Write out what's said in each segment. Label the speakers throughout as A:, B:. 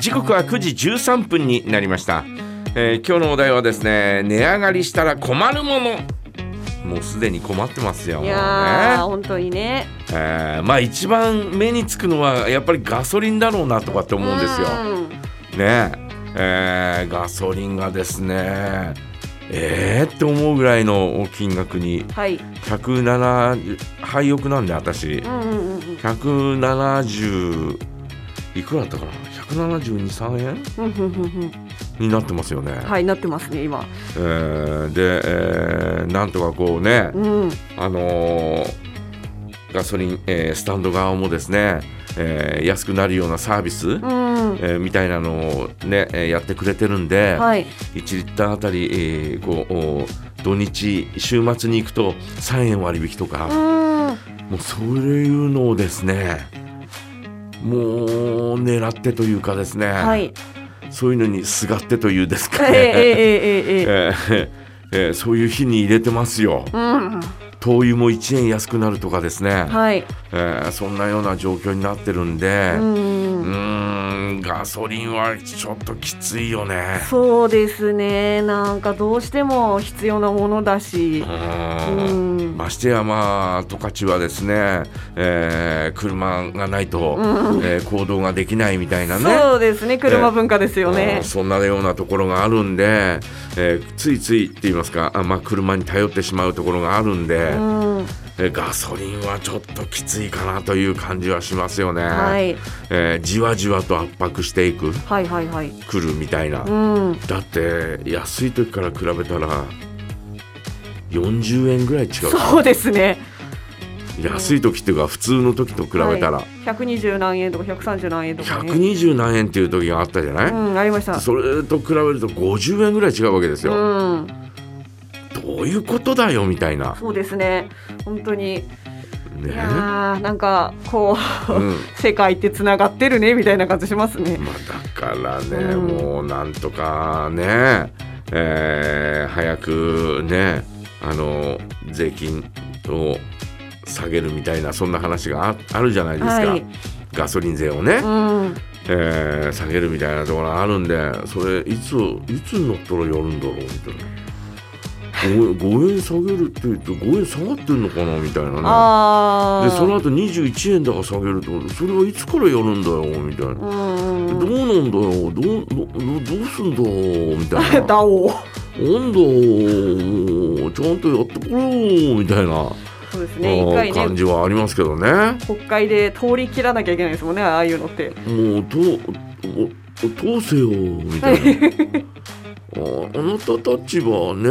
A: 時刻は9時13分になりました、えー今日のお題はですね値上がりしたら困るものもうすでに困ってますよ
B: いやー、
A: ね
B: 本当にね。
A: えーまあ一番目につくのはやっぱりガソリンだろうなとかって思うんですよ、ねええーガソリンがですねえー、って思うぐらいの金額に
B: うんはい。
A: 107廃屋なんで私
B: うんうんうんうん
A: 170いくらだったかな1723円
B: うんうんうん
A: になってますよね、
B: うん。はい、なってますね、今。
A: えーで、えーなんとかこうね、
B: うん。
A: あのーガソリン、えースタンド側もですね、えー安くなるようなサービス、
B: うん。
A: えーみたいなのをね、えーやってくれてるんで、
B: はい。
A: 1リッターあたり、えーこうお土日週末に行くと3円割引と
B: う
A: か、
B: ん。
A: もうそういうのをですねもう狙ってというかですね、
B: はい。
A: そういうのにすがってというです
B: えー
A: か
B: えー
A: ね、
B: えーえーえー。
A: えーえーそういう日に入れてますよ
B: うん。
A: 灯油も1円安くなるとかですね、
B: はい。
A: えーそんなような状況になってるんで、
B: う
A: うーん、
B: ん。
A: ガソリンはちょっときついよね。
B: そうですね。なんかどうしても必要なものだし
A: う。
B: う
A: ーん
B: ん。
A: ましてやまあ十勝はですね、えー車がないと、えー行動ができないみたいなね
B: そうですね。車文化ですよ
A: う
B: ね
A: ん。そんなようなところがあるんで、えーついついって言いますかあ、まあ、車に頼ってしまうところがあるんで、
B: うん。
A: えーガソリンはちょっときついかなという感じはしますよね、
B: はい。
A: えーじわじわと圧迫していく
B: はいはいはい。
A: くるみたいな、
B: うん。
A: だって安い時から比べたら40円ぐらい違う
B: そうですね。
A: 安い時っていうか普通の時と比べたら、
B: はい、120何円とか130何円とか、ね、
A: 120何円っていう時があったじゃない、
B: うんありました
A: それと比べると50円ぐらい違うわけですよ、
B: うん
A: どういうことだよみたいな
B: そうですね本当にい
A: ね
B: やーなんかこう、
A: うん
B: 世界ってつながってるねみたいな感じしますね
A: まあだからね、
B: うん
A: もうなんとかね、えー早くねあの税金を下げるみたいなそんな話がああるじゃないですか、
B: はい
A: ガソリン税をね、
B: うん
A: えー下げるみたいなところがあるんでそれいついつになったらやるんだろうみたいな。5, 円下げるって言って5円下がってんのかなみたいなね
B: ああ
A: でその後21円だから下げるってことそれはいつからやるんだよみたいな、
B: うんうん
A: どうなんだよどうどどどうすんだよみたいな
B: だお
A: なんだよもうちゃんとやってこれよみたいな、
B: そうですね一回
A: 感
B: ね
A: じはありますけどね
B: 国会で通り切らなきゃいけないですもんねああいうのって
A: もうとおお通せよみたいな。 ああなたたちはね、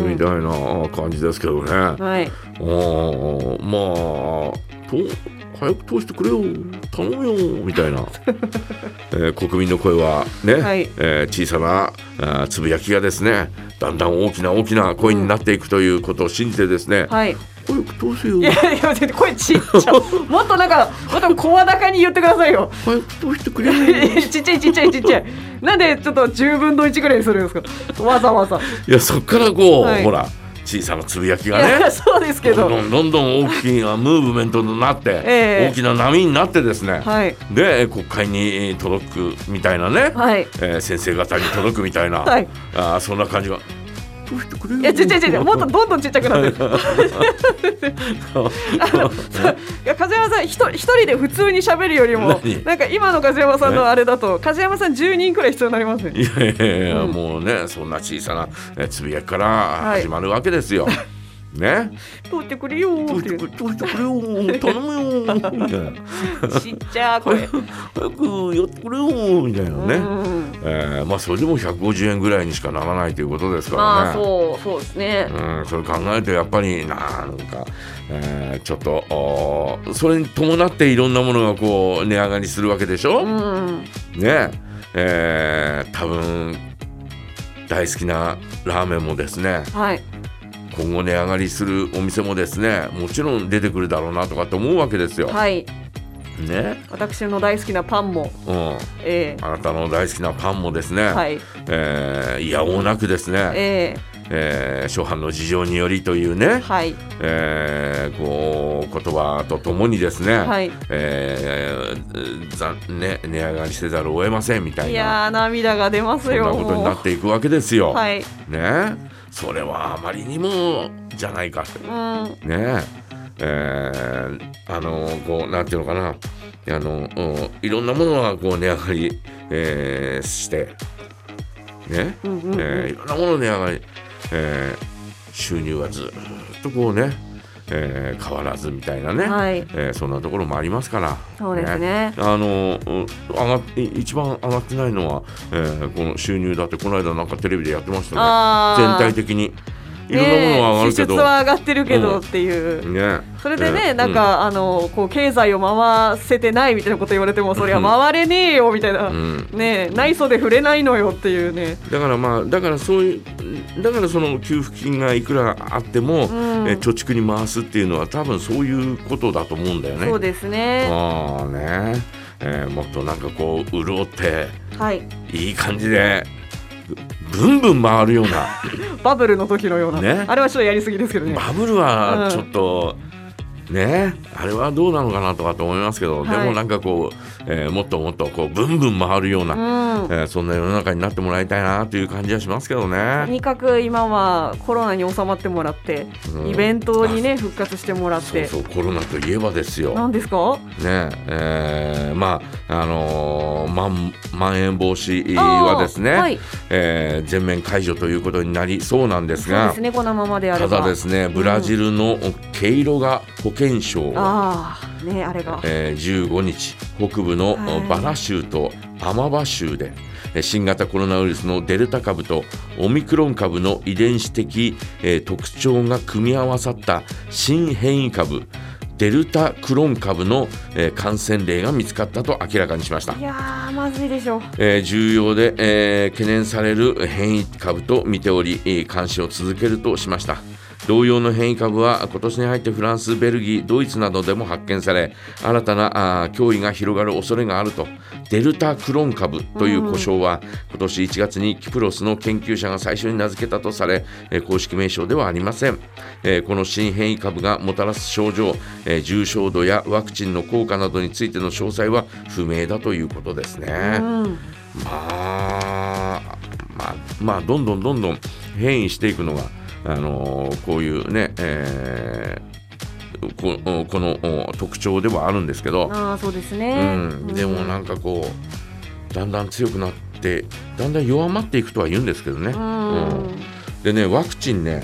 B: うん
A: みたいな感じですけどね。ああ
B: はい
A: まあと早く通してくれよ頼むよみた いな、えー国民の声はね、
B: はい
A: えー小さなあーつぶやきがですねだんだん大きな大きな声になっていくということを信じてですね、
B: はい
A: 早く通せよ
B: いやいや声ちっち ゃもっとなんかもっと声高に言ってくださいよ
A: 早く通してくれよ
B: ちっちゃいちっちゃいちっちゃい。なんでちょっと10分の1ぐらいにするんですかわざわざ。
A: いやそっからこう、
B: はい
A: ほら小さなつぶやき
B: い
A: がね
B: や、そうですけ
A: どん
B: ど。
A: どんどんどん大きなムーブメントになって、
B: ええ
A: 大きな波になってですね、
B: はい。
A: で国会に届くみたいなね、
B: はい。
A: えー先生方に届くみたいな、
B: はい。
A: あーそんな感じが。どうしてくれる
B: いや、ちっちゃいちっ ちゃい。もっとどんどんちっちゃくなってる。あの、そう いや風山さん、ひと一人で普通に喋るよりも
A: 何、
B: なんか今の風山さんのあれだと、風山さん10人くらい必要になりますね。
A: いやいやいや、
B: うん
A: もうねそんな小さなえーつぶやきから
B: はい
A: 始まるわけ ですよ。ね、
B: 通ってくれよ
A: ど
B: ー
A: う
B: っ
A: してて
B: い
A: く
B: う。
A: れどうしてくれよ頼むよみ たいな
B: ちっちゃい声。
A: 早くやってくれよみたいな ね、
B: うん
A: えーまあそれでも150円ぐらいにしかならないということですからね。
B: まあ、そう、そうですね。
A: うん、それ考えるとやっぱりなんか、えーちょっとおーそれに伴っていろんなものがこう値上がりするわけでしょ、
B: うん。
A: ねえー多分大好きなラーメンもですね
B: はい。
A: 今後値上がりするお店もですねもちろん出てくるだろうなとかって思うわけですよ。
B: はい。
A: ね、
B: 私の大好きなパンも、
A: うん、
B: え
A: あなたの大好きなパンもですね、
B: えはい。
A: えーいやおうなくですね、
B: ええ
A: えー初版の事情によりというね、
B: はい
A: えーこう言葉とともにですね、
B: はい
A: えーざね、値上がりせざるを得ませんみたい
B: い
A: な
B: やー涙が出ます
A: そん
B: よ
A: なことになっていくわけですよ。
B: もうはい
A: ねそれはあまりにもじゃないかって
B: うん
A: ねえーあのこうなんていうのかなあの、うんいろんなものがこう値上がり、えーしてね、
B: うんうんうん
A: えーいろんなもの値上がり、えー収入がずーっとこうね、えー変わらずみたいなね、
B: はい
A: えーそんなところもありますから
B: そうですね
A: あのうん上がっ一番上がってないのは、えーこの収入だってこの間なんかテレビでやってましたね
B: あ
A: 全
B: ー
A: 体的にいろんなものは上がるけど、
B: ねえ支出は上がってるけどっていう、
A: ね、
B: それで
A: え
B: ね、
A: ー
B: なん、か、あのこう経済を回せてないみたいなこと言われても、そりゃ回れねえよみたいな、
A: うんうん
B: ねえ内装で触れないのよっていうね、
A: だからまあだからそういうだからその給付金がいくらあっても、
B: ん
A: えー貯蓄に回すっていうのは多分そういうことだと思うんだよね。
B: そうですね、
A: あーね、えーもっとなんかこう潤って
B: はい、
A: いい感じでぶぶんぶん回るよう な
B: バブルの時のような、
A: ね
B: あれはちょっとやりすぎですけどね、
A: バブルはちょっと。ね、あれはどうなのかなとかと思いますけど、
B: はい
A: でもなんかこう、えーもっともっとこうぶんぶん回るような、
B: うん、
A: えーそんな世の中になってもらいたいなという感じはしますけど
B: と
A: ね。
B: にかく今はコロナに収まってもらって、
A: うん
B: イベントにね、復活してもらっ
A: そう
B: て、
A: そうコロナといえばですよ。
B: なんですか、
A: ねえーまああのーまんまん延防止はですね、
B: あーはい
A: えー全面解除ということになりそうなんです
B: そう
A: が
B: ですね、このままであれ
A: た
B: ば。
A: だですねブラジルのケイロガ保健省は
B: ああ、ね、あれが。
A: えー15日北部の
B: はい
A: バラ州とアマバ州でえー新型コロナウイルスのデルタ株とオミクロン株の遺伝子的、えー特徴が組み合わさった新変異株デルタクロン株の、えー感染例が見つかったと明らかにしました
B: い。やー、まずいでしょう。
A: えー重要で、えー懸念される変異株と見ており、えー監視を続けるとしました同様の変異株は今年に入ってフランス、ベルギー、ドイツなどでも発見され新たなあー脅威が広がる恐れがあるとデルタクロン株という呼称は、今年1月にキプロスの研究者が最初に名付けたとされ、えー公式名称ではありません、えーこの新変異株がもたらす症状、えー重症度やワクチンの効果などについての詳細は不明だということですね。
B: うん、
A: まあ、まあ、まあ、どんどんどんどん変異していくのが、あのーこういうね、えーここのお特徴ではあるんですけど、
B: ああ、そうです
A: う
B: ね。
A: ん、でも
B: う
A: なんかこうだんだん強くなってだんだん弱まっていくとは言うんですけどね。
B: うん
A: うんでねワクチンね、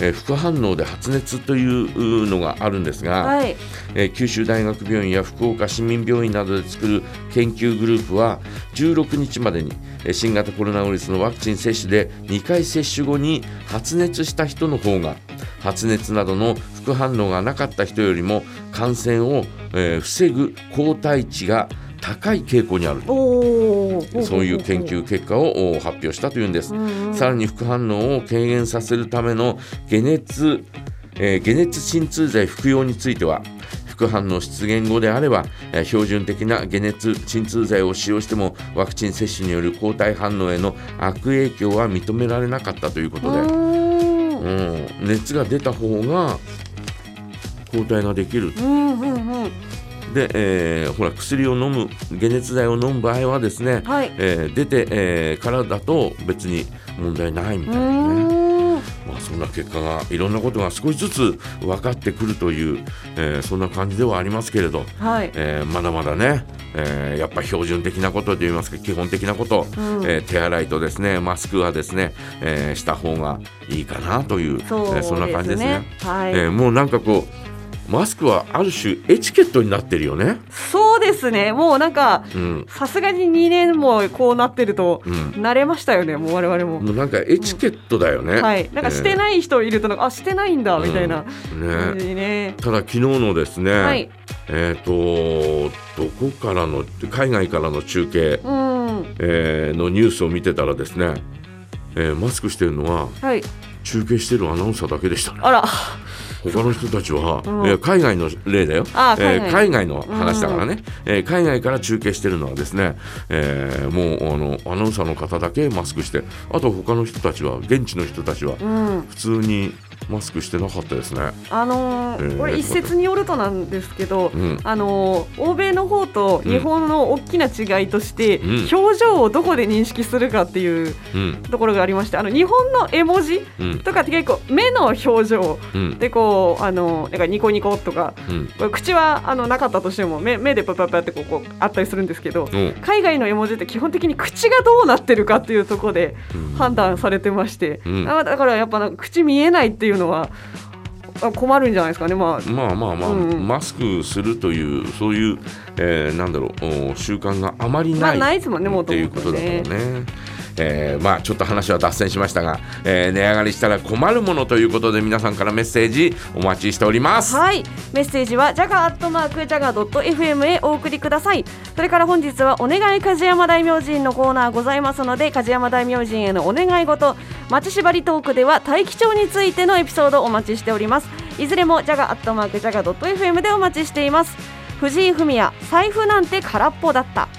A: えー副反応で発熱というのがあるんですが、
B: はい、
A: えー九州大学病院や福岡市民病院などで作る研究グループは16日までにえー新型コロナウイルスのワクチン接種で2回接種後に発熱した人の方が発熱などの副反応がなかった人よりも感染を、えー防ぐ抗体値が高い傾向にある
B: おお、
A: そういう研究結果をお発表したというんです。
B: うんうん
A: さらに副反応を軽減させるための解熱、えー解熱鎮痛剤服用については副反応出現後であれば、えー標準的な解熱鎮痛剤を使用してもワクチン接種による抗体反応への悪影響は認められなかったということで、
B: うん
A: うん、熱が出た方が抗体ができる
B: うんうんうん
A: で、えーほら薬を飲む解熱剤を飲む場合はですね、
B: はい
A: えー出て、えーからだと別に問題ないみた
B: う
A: いなね。
B: ん
A: まあ、そんな結果がいろんなことが少しずつ分かってくるという、えーそんな感じではありますけれど、
B: はい
A: えーまだまだね、えーやっぱ標準的なことといいますか基本的なこと、
B: うん
A: えー手洗いとですねマスクはですね、えーした方がいいかなという
B: そう
A: え
B: で
A: ー
B: す
A: そんな感じですね
B: ね。はい、
A: えーもうなんかこうマスクはある種エチケットになってるよね。
B: そうですねもうなんか
A: うん
B: さすがに2年もこうなってると
A: うん
B: 慣れましたよねもう我々も、
A: もうなんかエチケットだよね。
B: はいなんかして
A: い、
B: ない人いるとなんかあしてないんだみたい
A: うん
B: な感
A: ね。
B: じにね、
A: ただ昨日のですね、
B: はい
A: えー、とどこからの海外からの中継、
B: うん
A: えーのニュースを見てたらですね、えーマスクしてるのは
B: はい
A: 中継してるアナウンサーだけでしたね。
B: あら
A: 他の人たちは、えー海外の例だよ、え
B: あ海外
A: ー海外の話だからね、えー海外から中継してるのはですね、えーもうあのアナウンサーの方だけマスクしてあと他の人たちは現地の人たちは
B: うん、
A: 普通にマスクしてなかったですね。
B: あのー
A: えー
B: これ一説によるとなんですけど、
A: うん
B: あのー欧米の方と日本の大きな違いとして、
A: うん
B: 表情をどこで認識するかっていう
A: うん
B: ところがありましてあの日本の絵文字
A: うん
B: とかって結構目の表情
A: うん
B: でこうあのなんかニコニコとか
A: うん
B: これ口はあのなかったとしても目目でパパパってこうこうあったりするんですけ
A: お
B: ど
A: う
B: 海外の絵文字って基本的に口がどうなってるかっていうところで
A: うん
B: 判断されてまして、
A: うん
B: あだからやっぱなんか口見えないっていうのはあ困るんじゃないですかねまあ
A: まあまあまあ、
B: うんうん
A: マスクするというそういう、えーなんだろうお習慣があまりない,、
B: まあないですもんねも
A: って
B: ともとね
A: いうことだからね。えーまあちょっと話は脱線しましたが、えー値上がりしたら困るものということで皆さんからメッセージお待ちしております。
B: はいメッセージはジャガーアットマークジャガー .fm へお送りくださいそれから本日はお願い梶山大明神のコーナーございますので梶山大明神へのお願い事町縛りトークでは大気町についてのエピソードをお待ちしておりますいずれもジャガーアットマークジャガー .fm でお待ちしています藤井フミヤ財布なんて空っぽだった